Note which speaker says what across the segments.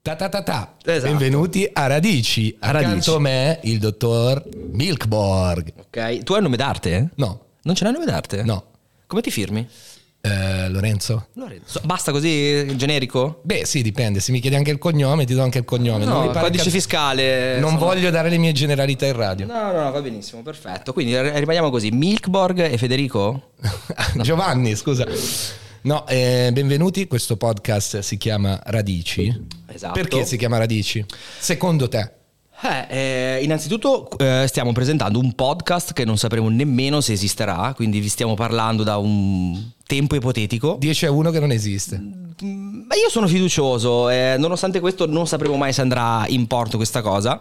Speaker 1: Ta ta ta ta.
Speaker 2: Esatto.
Speaker 1: Benvenuti a Radici.
Speaker 2: A Radici.
Speaker 1: Accanto a me il dottor Milkborg.
Speaker 2: Ok. Tu hai il nome d'arte? eh?
Speaker 1: No,
Speaker 2: Non ce l'hai il nome d'arte?
Speaker 1: no.
Speaker 2: Come ti firmi?
Speaker 1: Eh, Lorenzo?
Speaker 2: Lorenzo. Basta così generico?
Speaker 1: Beh, sì, dipende. Se mi chiedi anche il cognome, ti do anche il cognome. Non mi
Speaker 2: No,
Speaker 1: pare
Speaker 2: codice
Speaker 1: che-
Speaker 2: fiscale.
Speaker 1: Non
Speaker 2: insomma.
Speaker 1: voglio dare le mie generalità in radio.
Speaker 2: No, no, no, va benissimo, perfetto. Quindi r- rimaniamo così. Milkborg e Federico?
Speaker 1: Giovanni, scusa. No, eh, benvenuti. Questo podcast si chiama Radici.
Speaker 2: Esatto.
Speaker 1: Perché si chiama Radici? Secondo te?
Speaker 2: Eh, eh, innanzitutto eh, stiamo presentando un podcast che non sapremo nemmeno se esisterà, quindi vi stiamo parlando da un tempo ipotetico.
Speaker 1: 10 a 1 che non esiste.
Speaker 2: Mm, Ma io sono fiducioso, eh, nonostante questo non sapremo mai se andrà in porto questa cosa.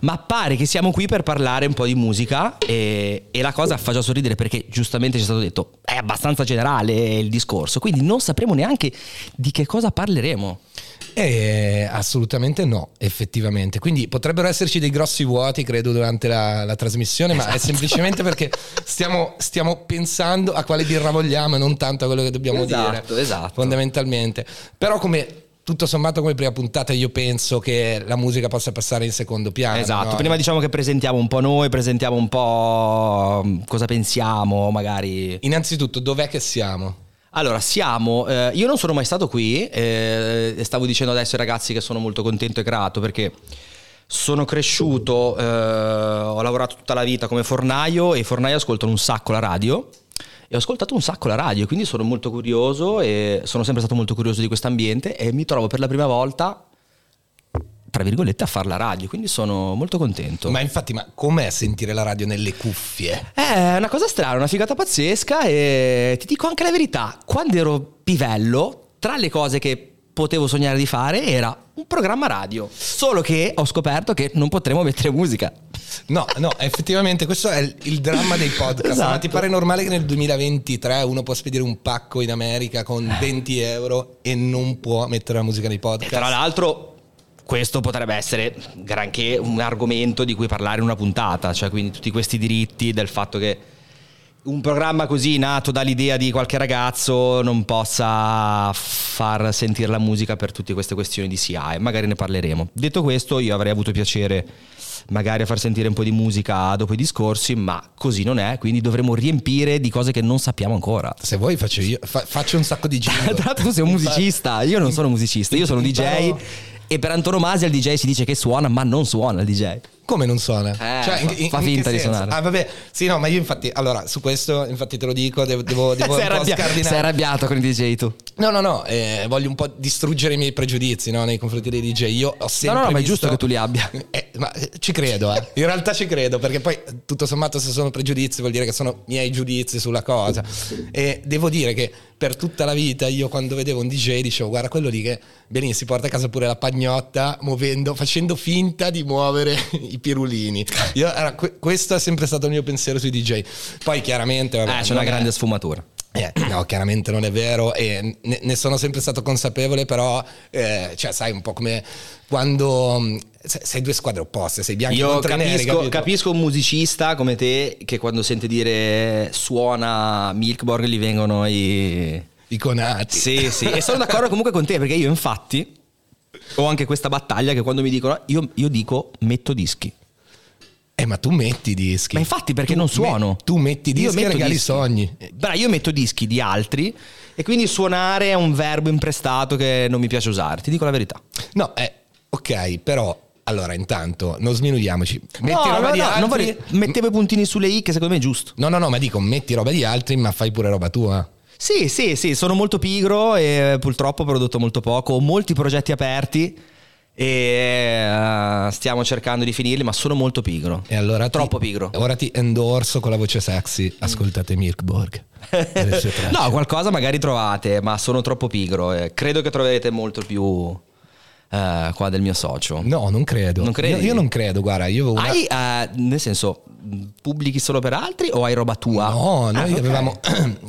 Speaker 2: Ma pare che siamo qui per parlare un po' di musica e, e la cosa fa già sorridere perché giustamente ci è stato detto è abbastanza generale il discorso, quindi non sapremo neanche di che cosa parleremo.
Speaker 1: Eh, assolutamente no, effettivamente. Quindi potrebbero esserci dei grossi vuoti, credo, durante la, la trasmissione, ma è
Speaker 2: Esatto.
Speaker 1: semplicemente perché stiamo, stiamo pensando a quale birra vogliamo e non tanto a quello che dobbiamo dire.
Speaker 2: Esatto, esatto.
Speaker 1: Fondamentalmente. Però come... Tutto sommato come prima puntata io penso che la musica possa passare in secondo piano.
Speaker 2: esatto,
Speaker 1: Eh, no?
Speaker 2: prima diciamo che presentiamo un po' noi, presentiamo un po' mm, cosa pensiamo, magari
Speaker 1: Innanzitutto, dov'è che siamo?
Speaker 2: Allora, siamo. eh, io non sono mai stato qui. eh, e stavo dicendo adesso ai ragazzi che sono molto contento e grato perché sono cresciuto. eh, ho lavorato tutta la vita come fornaio e i fornai ascoltano un sacco la radio. E ho ascoltato un sacco la radio, quindi sono molto curioso e sono sempre stato molto curioso di questo ambiente e mi trovo per la prima volta, tra virgolette, a fare la radio, quindi sono molto contento.
Speaker 1: Ma infatti, ma com'è sentire la radio nelle cuffie?
Speaker 2: Eh, È una cosa strana, una figata pazzesca e ti dico anche la verità, quando ero pivello, tra le cose che potevo sognare di fare era un programma radio, solo che ho scoperto che non potremo mettere musica.
Speaker 1: No, no, effettivamente questo è il, il dramma dei podcast.
Speaker 2: Esatto.
Speaker 1: Ma ti pare normale che nel 2023 uno può spedire un pacco in America con 20 euro e non può mettere la musica nei
Speaker 2: Eh. E
Speaker 1: podcast?
Speaker 2: tra l'altro questo potrebbe essere granché un argomento di cui parlare in una puntata, cioè quindi tutti questi diritti del fatto che un programma così nato dall'idea di qualche ragazzo non possa far sentire la musica per tutte queste questioni di SIAE, magari ne parleremo. Detto questo, io avrei avuto piacere magari a far sentire un po' di musica dopo i discorsi, ma così non è, quindi dovremo riempire di cose che non sappiamo ancora.
Speaker 1: Se vuoi faccio io, fa- faccio un sacco di
Speaker 2: Eh, Tra
Speaker 1: giri.
Speaker 2: l'altro tu sei un musicista, io non sono musicista, io sono DJ
Speaker 1: Imparo-
Speaker 2: e per antonomasia il DJ si dice che suona ma non suona il DJ.
Speaker 1: Come non suona? Cioè,
Speaker 2: Eh, fa- fa
Speaker 1: che
Speaker 2: finta di
Speaker 1: senso?
Speaker 2: suonare.
Speaker 1: Ah, vabbè, sì, no, ma io infatti, allora, su questo, infatti te lo dico, devo, devo, devo
Speaker 2: sei,
Speaker 1: un po'
Speaker 2: arrabbia-
Speaker 1: scardinare.
Speaker 2: sei arrabbiato con i DJ tu.
Speaker 1: No, no, no, eh, voglio un po' distruggere i miei pregiudizi no, nei confronti dei DJ. Io ho
Speaker 2: No,
Speaker 1: sempre.
Speaker 2: no, no, ma è
Speaker 1: visto-
Speaker 2: giusto che tu li abbia.
Speaker 1: Eh, ma eh, ci credo, eh. in realtà ci credo, perché poi eh, tutto sommato se sono pregiudizi vuol dire che sono miei giudizi sulla cosa. E devo dire che per tutta la vita io quando vedevo un DJ dicevo guarda quello lì che benissimo si porta a casa pure la pagnotta muovendo, facendo finta di muovere i pirulini. Io- era- que- questo è sempre stato il mio pensiero sui DJ. Poi chiaramente... vabbè,
Speaker 2: Eh, c'è una
Speaker 1: non è-
Speaker 2: grande sfumatura.
Speaker 1: eh, no, chiaramente non è vero e ne, ne sono sempre stato consapevole, però eh, cioè, sai un po' come quando mh, se- sei due squadre opposte, sei bianchi
Speaker 2: Io
Speaker 1: contro i neri,
Speaker 2: capisco,
Speaker 1: capito?
Speaker 2: capisco un musicista come te che quando sente dire suona Milkborg gli vengono i...
Speaker 1: i conati.
Speaker 2: Sì, sì, e sono d'accordo comunque con te perché io infatti ho anche questa battaglia che quando mi dicono io, io dico metto dischi.
Speaker 1: Eh, ma tu metti i dischi.
Speaker 2: Ma infatti perché
Speaker 1: Tu
Speaker 2: non
Speaker 1: me-
Speaker 2: suono?
Speaker 1: tu metti i
Speaker 2: Io
Speaker 1: dischi e
Speaker 2: metto
Speaker 1: regali
Speaker 2: dischi. Eh,
Speaker 1: sogni.
Speaker 2: Bra, io metto dischi di altri e quindi suonare è un verbo imprestato che non mi piace usare, ti dico la verità.
Speaker 1: No, eh, ok, però allora intanto non sminuiamoci. Metti
Speaker 2: No,
Speaker 1: roba
Speaker 2: no,
Speaker 1: di
Speaker 2: no,
Speaker 1: altri.
Speaker 2: non vorrei- mettevo i puntini sulle i che secondo me è giusto.
Speaker 1: No, no, no, ma dico metti roba di altri, ma fai pure roba tua.
Speaker 2: Sì, sì, sì, sono molto pigro e purtroppo ho prodotto molto poco, ho molti progetti aperti e eh, stiamo cercando di finirli, ma sono molto pigro.
Speaker 1: E allora ti-
Speaker 2: Troppo pigro.
Speaker 1: Ora ti endorso con la voce sexy. Ascoltate Mirkborg.
Speaker 2: eh,
Speaker 1: e le sue tracce.
Speaker 2: No, qualcosa magari trovate, ma sono troppo pigro. eh. credo che troverete molto più eh, qua del mio socio.
Speaker 1: No, non credo.
Speaker 2: Non credi?
Speaker 1: Io, io non credo, guarda, io avevo una...
Speaker 2: Hai, eh, nel senso, mh, pubblichi solo per altri o hai roba tua?
Speaker 1: No, noi
Speaker 2: Ah, ok.
Speaker 1: avevamo...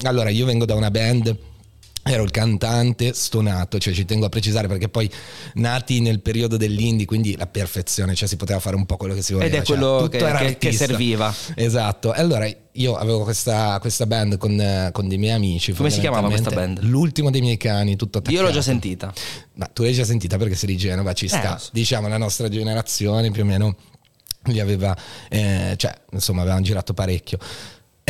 Speaker 1: allora, io vengo da una band Ero il cantante stonato, cioè ci tengo a precisare perché poi nati nel periodo dell'indie, quindi la perfezione, cioè si poteva fare un po' quello che si voleva.
Speaker 2: Ed è
Speaker 1: cioè,
Speaker 2: quello
Speaker 1: tutto
Speaker 2: che,
Speaker 1: era
Speaker 2: che- che
Speaker 1: artista.
Speaker 2: serviva.
Speaker 1: Esatto, e allora io avevo questa, questa band con, eh, con dei miei amici.
Speaker 2: Come si chiamava questa
Speaker 1: fondamentalmente.
Speaker 2: band?
Speaker 1: L'ultimo dei miei cani, tutto attaccato.
Speaker 2: Io l'ho già sentita.
Speaker 1: Ma tu l'hai già sentita perché sei di Genova, ci sta.
Speaker 2: Eh, lo so.
Speaker 1: Diciamo la nostra generazione più o meno li aveva, eh, cioè insomma avevamo girato parecchio.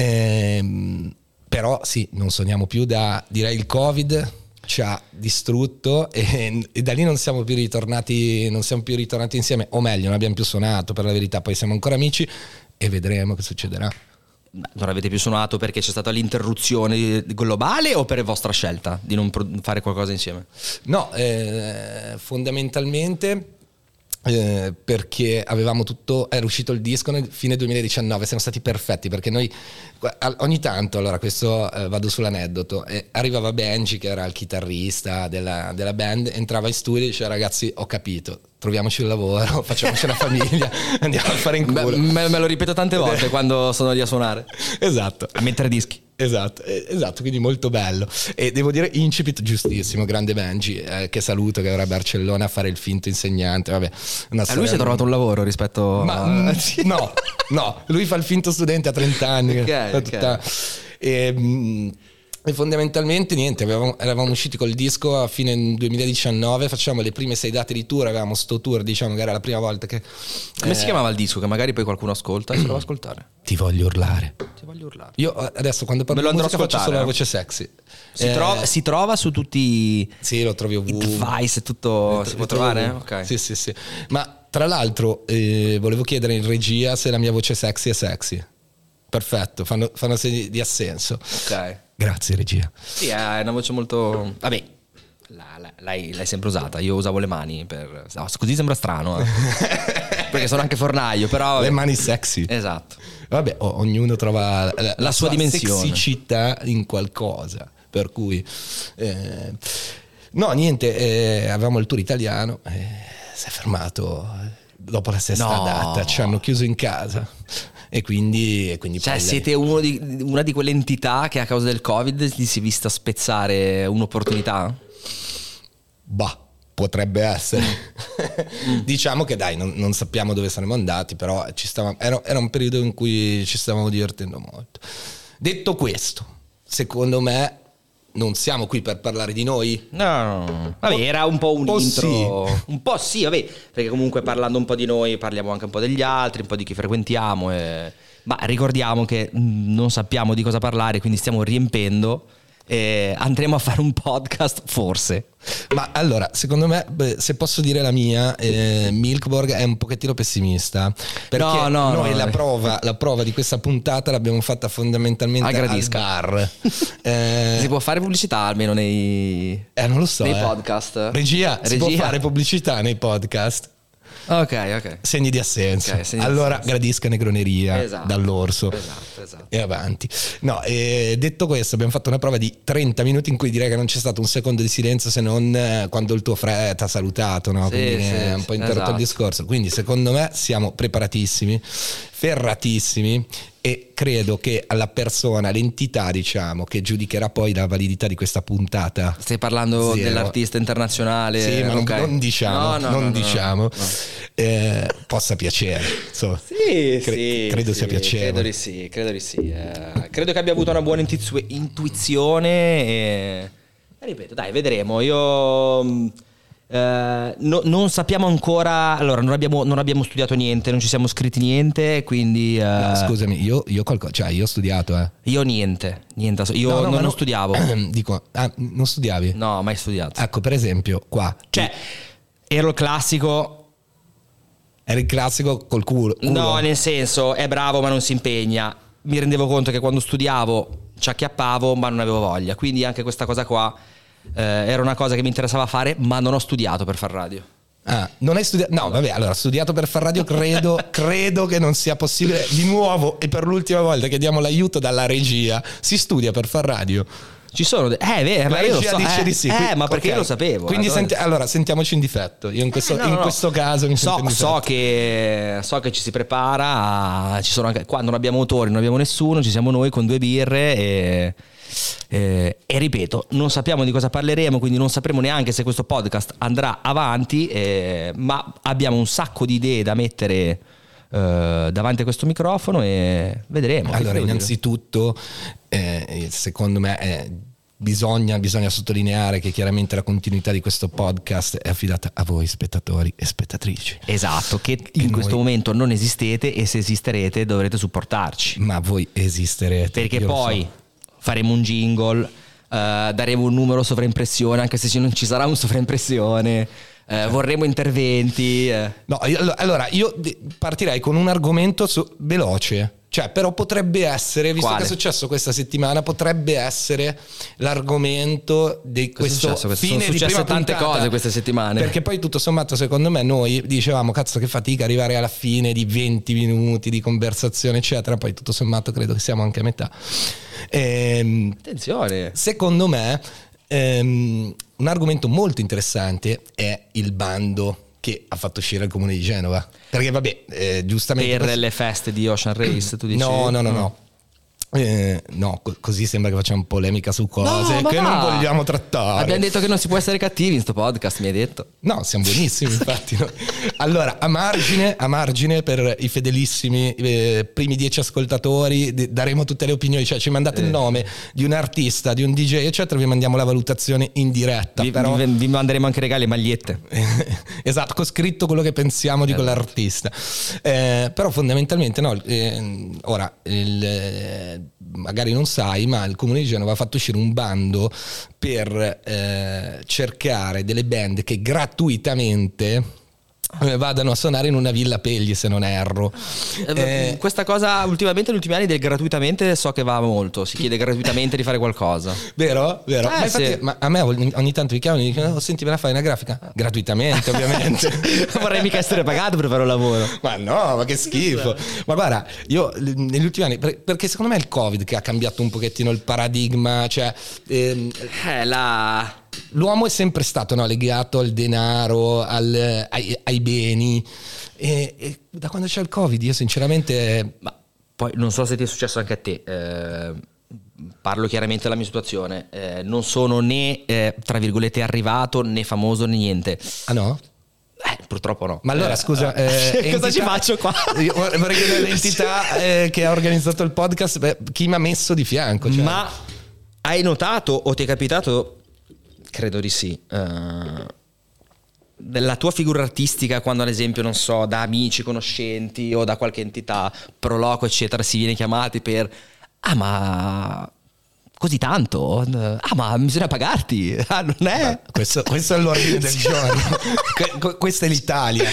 Speaker 1: Ehm, però sì, non sogniamo più da, direi il Covid ci ha distrutto e, e da lì non siamo più ritornati non siamo più ritornati insieme o meglio non abbiamo più suonato per la verità poi siamo ancora amici e vedremo che succederà
Speaker 2: Beh, Non avete più suonato perché c'è stata l'interruzione globale o per vostra scelta di non pro- fare qualcosa insieme?
Speaker 1: No, eh, fondamentalmente eh, perché avevamo tutto, era uscito il disco nel fine 2019, siamo stati perfetti perché noi qua- al- ogni tanto, allora questo eh, vado sull'aneddoto, eh, arrivava Benji che era il chitarrista della, della band, entrava in studio e diceva ragazzi ho capito, troviamoci un lavoro, facciamoci una famiglia, andiamo a fare in
Speaker 2: Beh, mm.
Speaker 1: culo.
Speaker 2: me, me lo ripeto tante volte quando sono lì a suonare.
Speaker 1: Esatto.
Speaker 2: A mettere dischi.
Speaker 1: Esatto, eh, esatto, quindi molto bello. E devo dire, incipit giustissimo, grande Benji, eh, che saluto, che era a Barcellona a fare il finto insegnante. Vabbè, una
Speaker 2: A Eh, lui si è trovato un lavoro rispetto
Speaker 1: Ma, mm,
Speaker 2: a...
Speaker 1: no, no, lui fa il finto studente a 30 anni.
Speaker 2: Ok,
Speaker 1: fa
Speaker 2: ok.
Speaker 1: tutta- E, mm, e fondamentalmente niente, avevamo- eravamo usciti col disco a fine 2019, facciamo le prime sei date di tour, avevamo sto tour, diciamo che era la prima volta che...
Speaker 2: Come
Speaker 1: eh.
Speaker 2: si chiamava il disco? Che magari poi qualcuno ascolta e se lo va a ascoltare.
Speaker 1: Ti voglio urlare.
Speaker 2: Ti voglio urlare.
Speaker 1: Io eh, adesso quando parlo
Speaker 2: Me lo
Speaker 1: di
Speaker 2: andrò a
Speaker 1: musica faccio solo la voce
Speaker 2: ascoltare.
Speaker 1: sexy.
Speaker 2: Si,
Speaker 1: Eh, Uh.
Speaker 2: trova, si trova su tutti i
Speaker 1: Sì, lo trovi
Speaker 2: i
Speaker 1: ovunque.
Speaker 2: device, tutto si può trovare? eh? Ok.
Speaker 1: Sì, sì, sì. Ma tra l'altro eh, volevo chiedere in regia se la mia voce sexy è sexy. Perfetto, fanno, fanno segni di assenso.
Speaker 2: Ok.
Speaker 1: Grazie regia.
Speaker 2: Sì, è una voce molto... Vabbè, la- la- l'hai, l'hai sempre usata. Io usavo le mani per... no, così sembra strano. eh. Perché sono anche fornaio, però...
Speaker 1: Le mani sexy.
Speaker 2: Esatto.
Speaker 1: Vabbè, o- ognuno trova la, la
Speaker 2: sua dimensione.
Speaker 1: sexicità in qualcosa. Per cui, eh, no, niente, eh, avevamo il tour italiano, eh, si è fermato eh, dopo la sesta
Speaker 2: No.
Speaker 1: data, ci hanno chiuso in casa e quindi, e quindi
Speaker 2: Cioè,
Speaker 1: poi-
Speaker 2: siete uno di- una di quelle entità che a causa del Covid gli si è vista spezzare un'opportunità?
Speaker 1: Bah, potrebbe essere.
Speaker 2: Mm.
Speaker 1: diciamo che dai, non, non sappiamo dove saremmo andati, però ci stavamo- era, era un periodo in cui ci stavamo divertendo molto. Detto questo, secondo me non siamo qui per parlare di noi.
Speaker 2: No, no. Vabbè, era un po' un,
Speaker 1: Oh, un po'
Speaker 2: intro. Un po' sì, vabbè, perché comunque parlando un po' di noi parliamo anche un po' degli altri, un po' di chi frequentiamo. e- Ma ricordiamo che mh, non sappiamo di cosa parlare, quindi stiamo riempendo. E andremo a fare un podcast, forse.
Speaker 1: Ma allora, secondo me, beh, se posso dire la mia, eh, Milkborg è un pochettino pessimista. Perché
Speaker 2: No, no, eh.
Speaker 1: noi
Speaker 2: no.
Speaker 1: la, prova, la prova di questa puntata l'abbiamo fatta fondamentalmente
Speaker 2: Al
Speaker 1: al
Speaker 2: gradisca.
Speaker 1: bar. Eh,
Speaker 2: Si può fare pubblicità almeno nei.
Speaker 1: eh, non lo so.
Speaker 2: Nei
Speaker 1: eh.
Speaker 2: podcast.
Speaker 1: Regia, si può
Speaker 2: Regia.
Speaker 1: fare pubblicità nei podcast?
Speaker 2: Ok, ok.
Speaker 1: Segni di assenza.
Speaker 2: Ok, segni di
Speaker 1: allora
Speaker 2: assenza.
Speaker 1: gradisca negroneria
Speaker 2: Esatto.
Speaker 1: dall'orso.
Speaker 2: Esatto, esatto.
Speaker 1: E avanti. No, eh, detto questo, abbiamo fatto una prova di 30 minuti in cui direi che non c'è stato un secondo di silenzio se non eh, quando il tuo fre ti ha salutato, no?
Speaker 2: Sì,
Speaker 1: Quindi
Speaker 2: sì,
Speaker 1: è un
Speaker 2: sì,
Speaker 1: po' interrotto
Speaker 2: esatto.
Speaker 1: il discorso. Quindi secondo me siamo preparatissimi, ferratissimi e credo che alla persona, l'entità, diciamo, che giudicherà poi la validità di questa puntata
Speaker 2: Stai parlando
Speaker 1: Zero.
Speaker 2: dell'artista internazionale.
Speaker 1: eh, sì, ma non,
Speaker 2: ok.
Speaker 1: non diciamo,
Speaker 2: No, no,
Speaker 1: non
Speaker 2: no, no,
Speaker 1: diciamo,
Speaker 2: no.
Speaker 1: eh, possa piacere. insomma.
Speaker 2: Sì,
Speaker 1: Cre-
Speaker 2: sì,
Speaker 1: credo
Speaker 2: sì,
Speaker 1: sia piacevole.
Speaker 2: Credo di sì, credo di sì. Eh, credo che abbia avuto una buona intuiz- intuizione. E... e ripeto, dai, vedremo. Io. mh, eh, no- non sappiamo ancora. Allora, non abbiamo, non abbiamo studiato niente, non ci siamo scritti niente. Quindi. eh,
Speaker 1: No, scusami, io, io, qualco- cioè, io ho studiato, eh.
Speaker 2: Io niente, niente. ass- Io
Speaker 1: No, no, ma
Speaker 2: non,
Speaker 1: no-
Speaker 2: studiavo.
Speaker 1: Dico, ah, non studiavi?
Speaker 2: No, mai studiato.
Speaker 1: Ecco, per esempio, qua
Speaker 2: Cioè, ero il classico
Speaker 1: era il classico col culo. culo.
Speaker 2: No, nel senso è bravo ma non si impegna. Mi rendevo conto che quando studiavo ci acchiappavo ma non avevo voglia. Quindi anche questa cosa qua eh, era una cosa che mi interessava fare ma non ho studiato per far radio.
Speaker 1: Ah, non hai studiato? No, vabbè, allora, studiato per far radio, credo, credo che non sia possibile. Di nuovo, e per l'ultima volta, chiediamo l'aiuto dalla regia. Si studia per far radio.
Speaker 2: Ci sono... de- eh, è vero, ma
Speaker 1: La
Speaker 2: io lo
Speaker 1: regia
Speaker 2: so.
Speaker 1: dice
Speaker 2: eh,
Speaker 1: di sì.
Speaker 2: eh,
Speaker 1: qui-
Speaker 2: ma perché
Speaker 1: ok.
Speaker 2: io lo sapevo.
Speaker 1: Quindi
Speaker 2: eh,
Speaker 1: senti-
Speaker 2: dove-
Speaker 1: allora sentiamoci in difetto. Io in questo,
Speaker 2: Eh, no,
Speaker 1: in
Speaker 2: no, no.
Speaker 1: questo caso mi
Speaker 2: so,
Speaker 1: sento in difetto.
Speaker 2: so che, so che ci si prepara, a- ci sono anche, qua non abbiamo autori, non abbiamo nessuno, ci siamo noi con due birre e Eh, e ripeto, non sappiamo di cosa parleremo, quindi non sapremo neanche se questo podcast andrà avanti, eh, ma abbiamo un sacco di idee da mettere eh, davanti a questo microfono e vedremo.
Speaker 1: Allora,
Speaker 2: Che devo
Speaker 1: innanzitutto, eh, secondo me, eh, bisogna, bisogna sottolineare che chiaramente la continuità di questo podcast è affidata a voi, spettatori e spettatrici.
Speaker 2: dire. Esatto, che
Speaker 1: Che
Speaker 2: in
Speaker 1: noi-
Speaker 2: questo momento non esistete e se esisterete dovrete supportarci.
Speaker 1: Ma voi esisterete.
Speaker 2: Perché
Speaker 1: io lo
Speaker 2: poi
Speaker 1: so.
Speaker 2: faremo un jingle, eh, daremo un numero sovraimpressione, anche se ci- non ci sarà un sovraimpressione, eh, vorremmo interventi. eh.
Speaker 1: No, io- allo- allora, io di- partirei con un argomento su- veloce. Cioè, però potrebbe essere, visto
Speaker 2: Quale?
Speaker 1: che è successo questa settimana, potrebbe essere l'argomento di
Speaker 2: Cosa è
Speaker 1: questo
Speaker 2: successo? Questa-
Speaker 1: fine
Speaker 2: sono
Speaker 1: di
Speaker 2: successe
Speaker 1: prima
Speaker 2: tante
Speaker 1: puntata.
Speaker 2: cose queste settimane.
Speaker 1: Perché poi tutto sommato, secondo me, noi dicevamo, cazzo che fatica arrivare alla fine di 20 minuti di conversazione, eccetera. Poi tutto sommato credo che siamo anche a metà. Ehm,
Speaker 2: Attenzione.
Speaker 1: Secondo me ehm, un argomento molto interessante è il bando che ha fatto uscire il comune di Genova. Perché vabbè, eh, giustamente...
Speaker 2: Per le feste di Ocean Race, tu dici? Mm.
Speaker 1: No, no, no, no. Eh, no, co- così sembra che facciamo polemica su cose
Speaker 2: No, ma
Speaker 1: che
Speaker 2: va.
Speaker 1: non vogliamo trattare.
Speaker 2: Abbiamo detto che non si può essere cattivi in sto podcast, mi hai detto.
Speaker 1: No, siamo buonissimi, infatti. no. Allora, a margine, a margine per i fedelissimi eh, primi dieci ascoltatori, d- daremo tutte le opinioni, cioè ci mandate il
Speaker 2: Eh.
Speaker 1: nome di un artista, di un DJ, eccetera, vi mandiamo la valutazione in diretta.
Speaker 2: Vi,
Speaker 1: però...
Speaker 2: vi- vi manderemo anche regali e magliette.
Speaker 1: esatto, ho scritto quello che pensiamo
Speaker 2: Certo.
Speaker 1: di quell'artista. Eh, però fondamentalmente no, eh, ora il, eh, magari non sai, ma il comune di Genova ha fatto uscire un bando per eh, cercare delle band che gratuitamente eh, vadano a suonare in una villa Pegli, se non erro.
Speaker 2: Ah,
Speaker 1: Eh,
Speaker 2: mm, Questa cosa ultimamente, negli ultimi anni, del gratuitamente so che va molto. Si chiede gratuitamente di fare qualcosa.
Speaker 1: Vero? Vero.
Speaker 2: Eh,
Speaker 1: ma, infatti-
Speaker 2: sì. Ah.
Speaker 1: ma a me ogni, ogni tanto mi chiamano e mi dicono: "Oh, Senti, me la fai una grafica? Gratuitamente, ovviamente.
Speaker 2: Vorrei mica essere pagato per fare un lavoro.
Speaker 1: Ma no, ma che schifo. Ma guarda, io l- negli ultimi anni, per- perché secondo me è il Covid che ha cambiato un pochettino il paradigma, cioè ehm,
Speaker 2: Eh, la.
Speaker 1: l'uomo è sempre stato no, legato al denaro, al- ai, ai beni. E, e da quando c'è il Covid, io sinceramente...
Speaker 2: Ma poi non so se ti è successo anche a te. eh, parlo chiaramente della mia situazione. eh, non sono né, eh, tra virgolette, arrivato né famoso né niente.
Speaker 1: Ah no?
Speaker 2: Eh, purtroppo no.
Speaker 1: Ma allora
Speaker 2: Eh,
Speaker 1: scusa...
Speaker 2: eh,
Speaker 1: eh,
Speaker 2: cosa
Speaker 1: entità-
Speaker 2: ci faccio qua?
Speaker 1: Io vor- vorrei chiedere l'entità eh, che ha organizzato il podcast, beh, chi mi ha messo di fianco. Cioè.
Speaker 2: Ma hai notato o ti è capitato? Credo di sì. eh, della tua figura artistica quando ad esempio non so da amici conoscenti o da qualche entità proloco eccetera si viene chiamati per ah ma così tanto ah ma bisogna pagarti ah non è
Speaker 1: Questo, questo è l'ordine del
Speaker 2: Sì.
Speaker 1: giorno. Que- que- questa è l'Italia.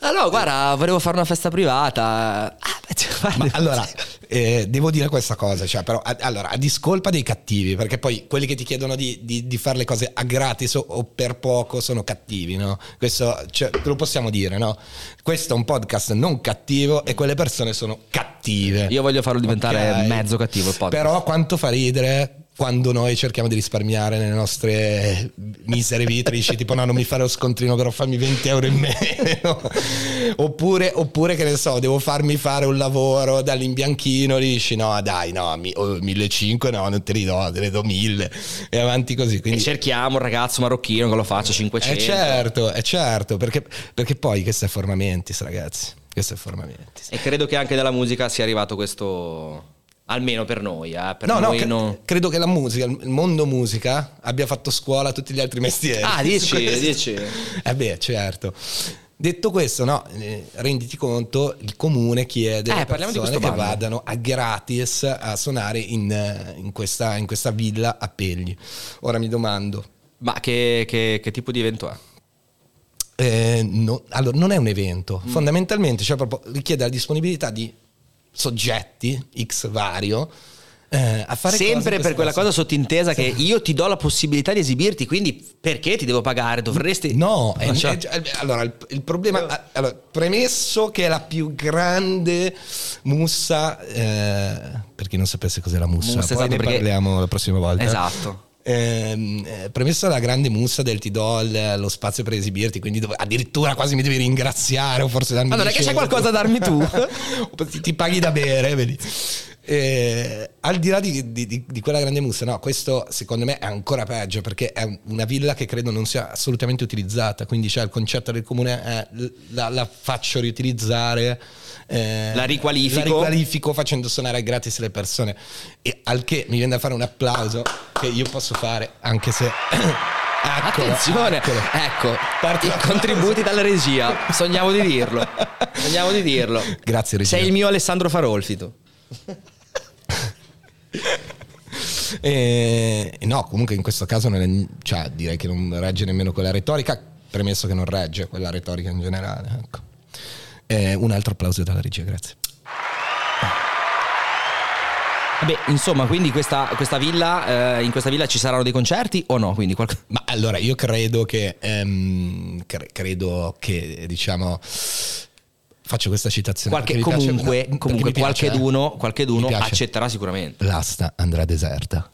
Speaker 2: ah no guarda volevo fare una festa privata ah, beh, cioè,
Speaker 1: Ma
Speaker 2: guarda-
Speaker 1: allora, eh, devo dire questa cosa, cioè, però, a, allora, a discolpa dei cattivi, perché poi quelli che ti chiedono di, di- di fare le cose a gratis o, o per poco sono cattivi, no? Questo cioè, te lo possiamo dire, no? Questo è un podcast non cattivo e quelle persone sono cattive.
Speaker 2: io voglio farlo diventare
Speaker 1: Ok?
Speaker 2: mezzo cattivo il podcast.
Speaker 1: Però quanto fa ridere quando noi cerchiamo di risparmiare nelle nostre misere vite, dici tipo no non mi fare lo scontrino però fammi 20 euro in meno oppure, oppure, che ne so devo farmi fare un lavoro dall'imbianchino dici no dai no mi- oh, 1500 no non te li do te ne do 1000 e avanti così
Speaker 2: E
Speaker 1: quindi Eh,
Speaker 2: cerchiamo un ragazzo marocchino che lo faccia
Speaker 1: è
Speaker 2: 500
Speaker 1: certo è certo perché, perché poi questo è formamentis ragazzi questo è formamentis
Speaker 2: E credo che anche dalla musica sia arrivato questo, almeno per noi. eh, per
Speaker 1: no, no,
Speaker 2: noi
Speaker 1: cre-
Speaker 2: no.
Speaker 1: credo che la musica, il mondo musica abbia fatto scuola a tutti gli altri mestieri.
Speaker 2: Ah, dici,
Speaker 1: Su questo-
Speaker 2: dici.
Speaker 1: Eh beh, certo. Detto questo, no, eh, renditi conto, il comune chiede
Speaker 2: Eh,
Speaker 1: alle
Speaker 2: parliamo di
Speaker 1: persone che
Speaker 2: questo bando.
Speaker 1: vadano a gratis a suonare in, eh, in questa, in questa villa a Pegli. Ora mi domando,
Speaker 2: Ma che, che- che tipo di evento è?
Speaker 1: eh, no- allora, non è un evento,
Speaker 2: Mm.
Speaker 1: fondamentalmente cioè proprio richiede la disponibilità di soggetti X vario eh, a fare cose in
Speaker 2: Sempre per
Speaker 1: questo
Speaker 2: quella
Speaker 1: posto.
Speaker 2: cosa sottintesa che io ti do la possibilità di esibirti, quindi perché ti devo pagare? Dovresti...
Speaker 1: No, è-
Speaker 2: Ah, cioè,
Speaker 1: è già- allora il, il problema. a- allora, premesso che è la più grande mussa, eh, per chi non sapesse cos'è la mussa,
Speaker 2: Mussa,
Speaker 1: poi
Speaker 2: esatto,
Speaker 1: ne
Speaker 2: perché-
Speaker 1: parliamo la prossima volta.
Speaker 2: Esatto.
Speaker 1: Ehm, eh, premesso la grande mussa del ti do il- lo spazio per esibirti, quindi dove- addirittura quasi mi devi ringraziare o forse darmi
Speaker 2: Allora, che c'è
Speaker 1: dieci euro.
Speaker 2: qualcosa da darmi tu?
Speaker 1: ti, ti paghi da bere, vedi. Eh, al di là di, di- di- di quella grande mussa, no, questo secondo me è ancora peggio perché è un- una villa che credo non sia assolutamente utilizzata, quindi c'è il concetto del comune, eh, l- la, la faccio riutilizzare, eh,
Speaker 2: La riqualifico.
Speaker 1: la riqualifico facendo suonare gratis le persone, e al che mi viene da fare un applauso che io posso fare anche se... Eccolo,
Speaker 2: Attenzione,
Speaker 1: eccolo.
Speaker 2: ecco,
Speaker 1: Parte
Speaker 2: i
Speaker 1: la-
Speaker 2: contributi dalla regia, sognavo di dirlo, sognavo di dirlo.
Speaker 1: Grazie regia.
Speaker 2: Sei il mio Alessandro Farolfi tu.
Speaker 1: Eh, no, comunque in questo caso non è- cioè, direi che non regge nemmeno quella retorica, premesso che non regge quella retorica in generale. ecco. Eh, un altro applauso dalla regia, grazie.
Speaker 2: Vabbè, insomma, quindi questa, questa villa, eh, in questa villa ci saranno dei concerti o no? Quindi qualc-
Speaker 1: Ma allora io credo che, ehm, cre- credo che diciamo, faccio questa citazione.
Speaker 2: qualche,
Speaker 1: perché mi piace- no,
Speaker 2: comunque,
Speaker 1: perché
Speaker 2: comunque
Speaker 1: mi piace,
Speaker 2: qualcheduno,
Speaker 1: eh.
Speaker 2: qualcheduno
Speaker 1: Mi piace.
Speaker 2: accetterà sicuramente.
Speaker 1: L'asta andrà deserta.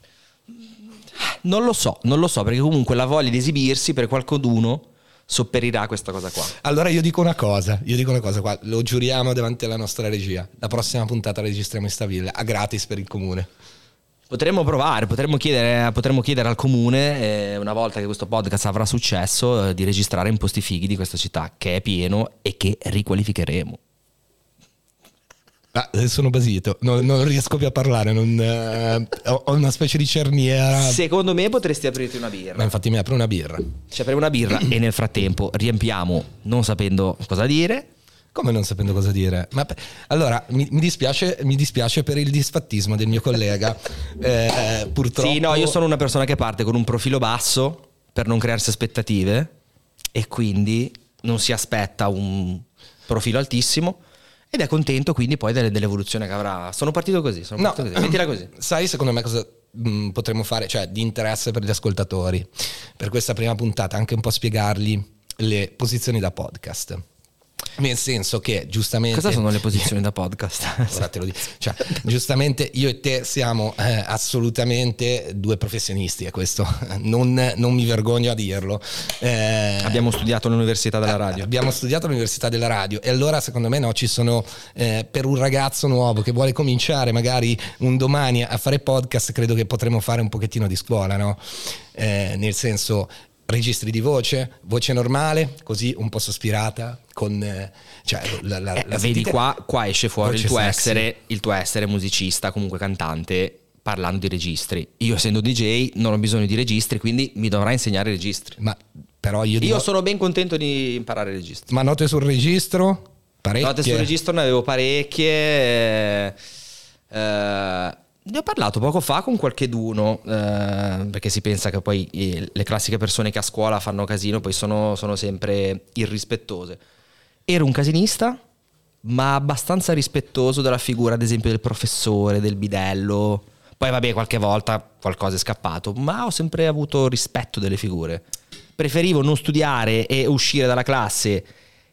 Speaker 2: Non lo so, non lo so, perché comunque la voglia di esibirsi per qualcuno sopperirà questa cosa qua.
Speaker 1: Allora io dico una cosa, io dico una cosa qua, lo giuriamo davanti alla nostra regia. La prossima puntata la registriamo in sta villa, a gratis per il comune.
Speaker 2: Potremmo provare, potremmo chiedere, potremmo chiedere al comune, eh, una volta che questo podcast avrà successo, eh, di registrare in posti fighi di questa città, che è pieno e che riqualificheremo.
Speaker 1: Ah, eh, sono basito, non, non riesco più a parlare, non, eh, ho ho una specie di cerniera.
Speaker 2: Secondo me potresti aprirti una
Speaker 1: Ah. Ma
Speaker 2: birra.
Speaker 1: infatti mi apre una birra.
Speaker 2: Ci apriamo una birra e nel frattempo riempiamo, non sapendo cosa dire.
Speaker 1: Come non sapendo cosa dire? Ma pe- allora, mi, mi dispiace, mi dispiace per il disfattismo del mio collega. Eh, purtroppo...
Speaker 2: Sì, no, io sono una persona che parte con un profilo basso per non crearsi aspettative e quindi non si aspetta un profilo altissimo ed è contento quindi poi delle- dell'evoluzione che avrà. Sono partito così, sono
Speaker 1: No,
Speaker 2: partito così. Mettila così.
Speaker 1: Sai, secondo me cosa mh, potremmo fare, cioè di interesse per gli ascoltatori, per questa prima puntata, anche un po' spiegargli le posizioni da podcast. Nel senso che giustamente...
Speaker 2: Cosa sono le posizioni da podcast?
Speaker 1: Ora te lo dico. Cioè, giustamente io e te siamo eh, assolutamente due professionisti a questo, non, non mi vergogno a dirlo. Eh,
Speaker 2: Abbiamo studiato all'università della
Speaker 1: eh,
Speaker 2: radio.
Speaker 1: Abbiamo studiato all'università della radio e allora secondo me no, ci sono eh, per un ragazzo nuovo che vuole cominciare magari un domani a fare podcast, credo che potremmo fare un pochettino di scuola, no? Eh, nel senso registri di voce, voce normale, così un po' sospirata, con... eh, cioè, la, la-
Speaker 2: Eh,
Speaker 1: la
Speaker 2: vedi
Speaker 1: sentite?
Speaker 2: qua, qua esce fuori il
Speaker 1: Voce
Speaker 2: tuo,
Speaker 1: sexy.
Speaker 2: essere, il tuo essere musicista, comunque cantante, parlando di registri. Io essendo DJ non ho bisogno di registri, quindi mi dovrà insegnare i registri.
Speaker 1: Ma però io, dico-
Speaker 2: Io sono ben contento di imparare il registro.
Speaker 1: Ma note sul registro? Parecchie.
Speaker 2: Note sul registro ne avevo parecchie. eh, eh, ne ho parlato poco fa con qualcheduno, eh, perché si pensa che poi eh, le classiche persone che a scuola fanno casino poi sono, sono sempre irrispettose. Ero un casinista, ma abbastanza rispettoso della figura, ad esempio, del professore, del bidello. Poi vabbè, qualche volta qualcosa è scappato, ma ho sempre avuto rispetto delle figure. Preferivo non studiare e uscire dalla classe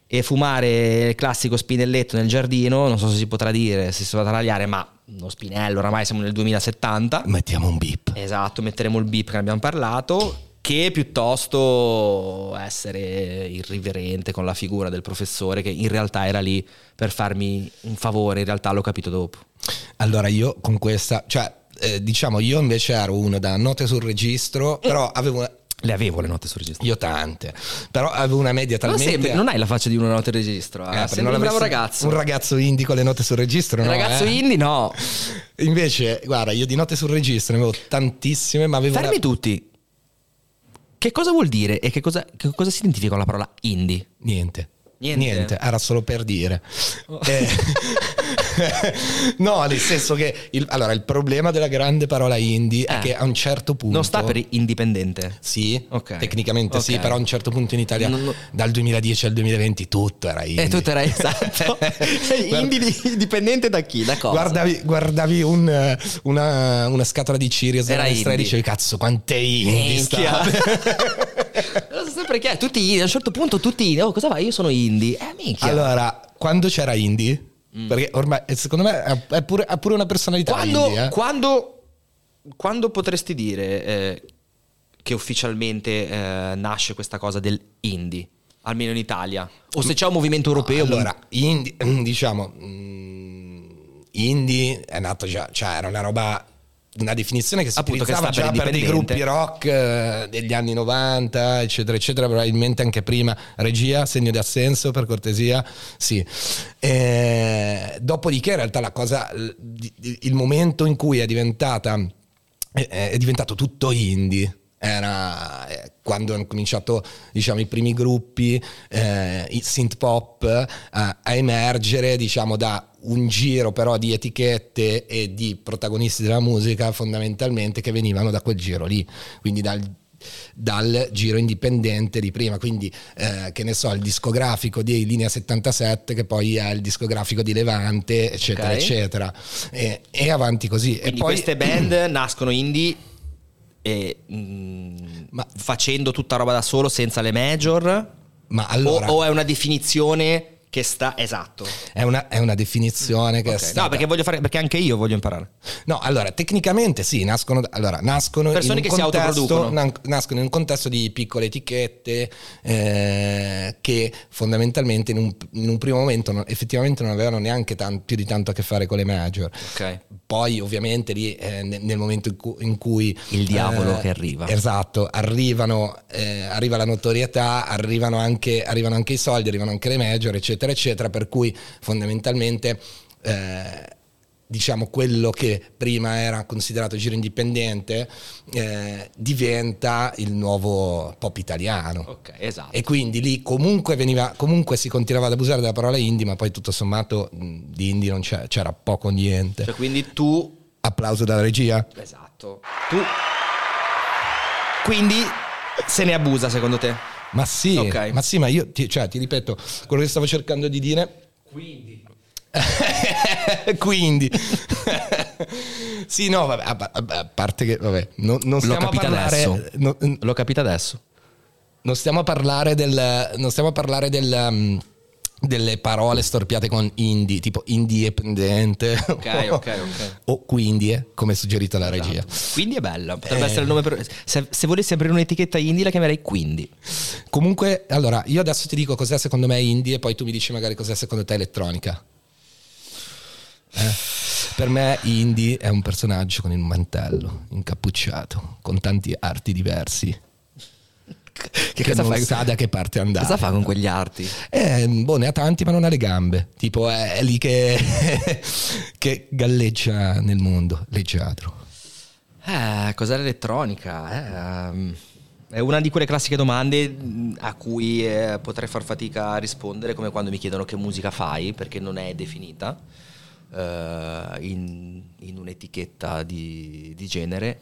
Speaker 2: e fumare il classico spinelletto nel giardino, non so se si potrà dire, se si potrà tagliare, ma uno spinello, oramai siamo nel 2070.
Speaker 1: Mettiamo un beep.
Speaker 2: Esatto, metteremo il beep che ne abbiamo parlato. Che piuttosto essere irriverente con la figura del professore che in realtà era lì per farmi un favore, in realtà l'ho capito dopo.
Speaker 1: Allora io con questa, cioè eh, diciamo io invece ero uno da note sul registro,
Speaker 2: Eh.
Speaker 1: però avevo una-
Speaker 2: Le avevo le note sul registro.
Speaker 1: io tante, però avevo una media
Speaker 2: Non,
Speaker 1: talmente...
Speaker 2: sembri- non hai la faccia di una nota di registro, eh?
Speaker 1: Eh, perché
Speaker 2: sembri un
Speaker 1: non
Speaker 2: bravo
Speaker 1: l'avessi-
Speaker 2: ragazzo.
Speaker 1: Un ragazzo indie con le note sul registro, no?
Speaker 2: ragazzo
Speaker 1: eh?
Speaker 2: indie no.
Speaker 1: Invece, guarda, io di note sul registro ne avevo tantissime, ma avevo... una-
Speaker 2: Fermi tutti. Che cosa vuol dire e che cosa, che cosa si identifica con la parola indie?
Speaker 1: Niente.
Speaker 2: Niente? Oh.
Speaker 1: era solo per dire. Eh, no, nel senso che il, allora, il problema della grande parola indie
Speaker 2: Eh.
Speaker 1: è che a un certo punto...
Speaker 2: Non sta per indipendente.
Speaker 1: Sì,
Speaker 2: Ok.
Speaker 1: tecnicamente sì,
Speaker 2: Ok.
Speaker 1: però a un certo punto in Italia
Speaker 2: Non lo-
Speaker 1: dal 2010 al 2020 tutto era indie.
Speaker 2: E Eh, tu te l'hai esatto.
Speaker 1: Guarda-
Speaker 2: Indie dipendente da chi? Da cosa?
Speaker 1: Guardavi, guardavi un, eh, una, una scatola di Sirius
Speaker 2: Era
Speaker 1: della destra e
Speaker 2: indie.
Speaker 1: dicevi cazzo quante indie
Speaker 2: Minchia.
Speaker 1: sta.
Speaker 2: Lo so sempre chi è. Tutti indie, a un certo punto tutti indie. Oh, cosa vai? Io sono indie. Eh, minchia. Mm.
Speaker 1: Allora, quando c'era indie, perché ormai eh, secondo me è- è pure- ha pure una personalità
Speaker 2: quando,
Speaker 1: indie. eh.
Speaker 2: quando, quando potresti dire eh, che ufficialmente eh, nasce questa cosa del indie? Almeno
Speaker 1: Mm.
Speaker 2: in Italia. O se c'è un movimento europeo.
Speaker 1: Allora, indie, diciamo, mm, indie è nato già, cioè era una roba, una definizione che si
Speaker 2: Appunto, che
Speaker 1: utilizzava
Speaker 2: sta per
Speaker 1: già per dei
Speaker 2: indipendente.
Speaker 1: gruppi rock eh, degli anni 90, eccetera, eccetera, probabilmente anche prima. Regia, segno di assenso, per cortesia, sì. Eh, dopodiché in realtà la cosa, l- di- di- il momento in cui è diventata, è, è diventato tutto indie. Era eh, quando hanno cominciato diciamo, i primi gruppi, eh, il synth pop, eh, a emergere diciamo, da un giro però di etichette e di protagonisti della musica fondamentalmente che venivano da quel giro lì, quindi dal, dal giro indipendente di prima, quindi eh, che ne so, il discografico di Linea 77 che poi è il discografico di Levante, eccetera,
Speaker 2: Ok.
Speaker 1: eccetera, e, e avanti così.
Speaker 2: Quindi
Speaker 1: e poi,
Speaker 2: queste band nascono indie e, mm,
Speaker 1: Ma-
Speaker 2: facendo tutta roba da solo senza le major?
Speaker 1: ma
Speaker 2: O-
Speaker 1: allora...
Speaker 2: o è una definizione che sta... Esatto.
Speaker 1: È una, è una definizione che
Speaker 2: Ok,
Speaker 1: è stata...
Speaker 2: No, perché voglio fare, perché anche io voglio imparare.
Speaker 1: No, allora, tecnicamente sì, nascono, da- allora, nascono
Speaker 2: Persone
Speaker 1: in un
Speaker 2: che si
Speaker 1: contesto,
Speaker 2: autoproducono.
Speaker 1: nan- nascono in un contesto di piccole etichette eh, che fondamentalmente in un, in un primo momento non- effettivamente non avevano neanche tan- più di tanto a che fare con le major.
Speaker 2: Ok.
Speaker 1: Poi ovviamente lì eh, ne- nel momento in cu- in cui...
Speaker 2: Il diavolo
Speaker 1: eh,
Speaker 2: che arriva.
Speaker 1: Esatto, arrivano, eh, arriva la notorietà, arrivano anche, arrivano anche i soldi, arrivano anche le major, eccetera, eccetera, per cui fondamentalmente eh, diciamo quello che prima era considerato giro indipendente eh, diventa il nuovo pop italiano.
Speaker 2: Ok, esatto.
Speaker 1: E quindi lì comunque, veniva, comunque si continuava ad abusare della parola indie, ma poi tutto sommato mh, di indie non c'era, c'era poco o niente.
Speaker 2: Cioè, quindi tu
Speaker 1: Applauso dalla regia.
Speaker 2: Esatto. Tu. Quindi se ne abusa secondo te?
Speaker 1: Ma sì,
Speaker 2: Ok.
Speaker 1: ma sì, ma io ti, cioè, ti ripeto, quello che stavo cercando di dire. Quindi. sì, no, vabbè, a, a- a parte che, vabbè, non, non stiamo a parlare... no- n-
Speaker 2: L'ho capito adesso.
Speaker 1: non stiamo a parlare del... Non stiamo a parlare del... um, delle parole storpiate con indie, tipo indipendente
Speaker 2: Ok, ok, ok. Esatto.
Speaker 1: o quindi, eh, come suggerito la regia.
Speaker 2: Quindi è bella. Potrebbe
Speaker 1: Eh.
Speaker 2: essere il nome per... Se, se volessi aprire un'etichetta indie la chiamerei Quindi.
Speaker 1: Comunque, allora, io adesso ti dico cos'è secondo me indie e poi tu mi dici magari cos'è secondo te elettronica. Eh? Per me indie è un personaggio con il mantello, incappucciato, con tanti arti diversi,
Speaker 2: Che
Speaker 1: che, non sa da che parte andare.
Speaker 2: Cosa fa con quegli arti?
Speaker 1: Eh, boh, ne ha tanti ma non ha le gambe, tipo è, è lì che, che galleggia nel mondo, leggiadro.
Speaker 2: Eh, cos'è l'elettronica? Eh, ehm, è una di quelle classiche domande mh, a cui eh, potrei far fatica a rispondere, come quando mi chiedono che musica fai, perché non è definita eh, in, in un'etichetta di, di genere.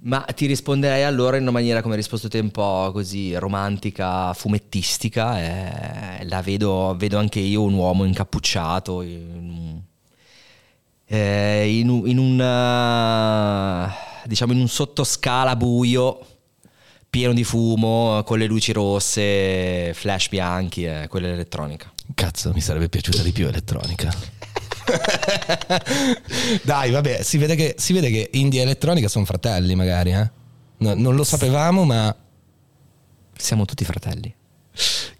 Speaker 2: Ma ti risponderei allora in una maniera, come hai risposto te, un po' così romantica, fumettistica. eh, la vedo, vedo anche io un uomo incappucciato in un- eh, in, un- in un eh, diciamo in un sottoscala buio pieno di fumo con le luci rosse flash bianchi e quella elettronica
Speaker 1: Cazzo, mi sarebbe piaciuta di più elettronica. Dai, vabbè, si vede che, si vede che India e elettronica sono fratelli, magari. eh? No, non lo sapevamo, ma
Speaker 2: siamo tutti fratelli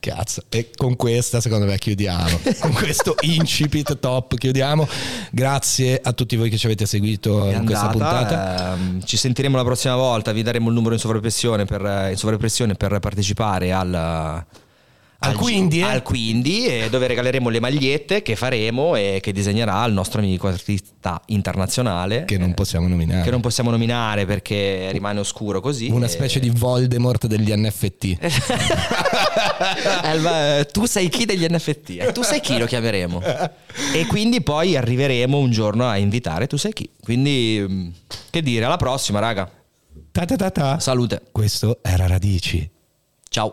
Speaker 1: cazzo. E con questa, secondo me, chiudiamo. con questo incipit top, chiudiamo. Grazie a tutti voi che ci avete seguito in questa puntata.
Speaker 2: ehm, ci sentiremo la prossima volta vi daremo il numero in sovrappressione per, eh, in sovrappressione per partecipare al al-
Speaker 1: quindi, eh?
Speaker 2: al quindi eh, dove regaleremo le magliette che faremo e che disegnerà il nostro amico artista internazionale
Speaker 1: Che non
Speaker 2: Eh,
Speaker 1: possiamo nominare.
Speaker 2: che non possiamo nominare perché rimane oscuro così. eh.
Speaker 1: Una
Speaker 2: E-
Speaker 1: specie di Voldemort degli NFT.
Speaker 2: Eh, ma, eh, tu sei chi degli NFT? Eh, tu sei chi lo chiameremo? E quindi poi arriveremo un giorno a invitare tu sei chi. Quindi mh, che dire, alla prossima raga.
Speaker 1: Ta ta ta ta.
Speaker 2: Salute.
Speaker 1: Questo era Radici.
Speaker 2: Ciao.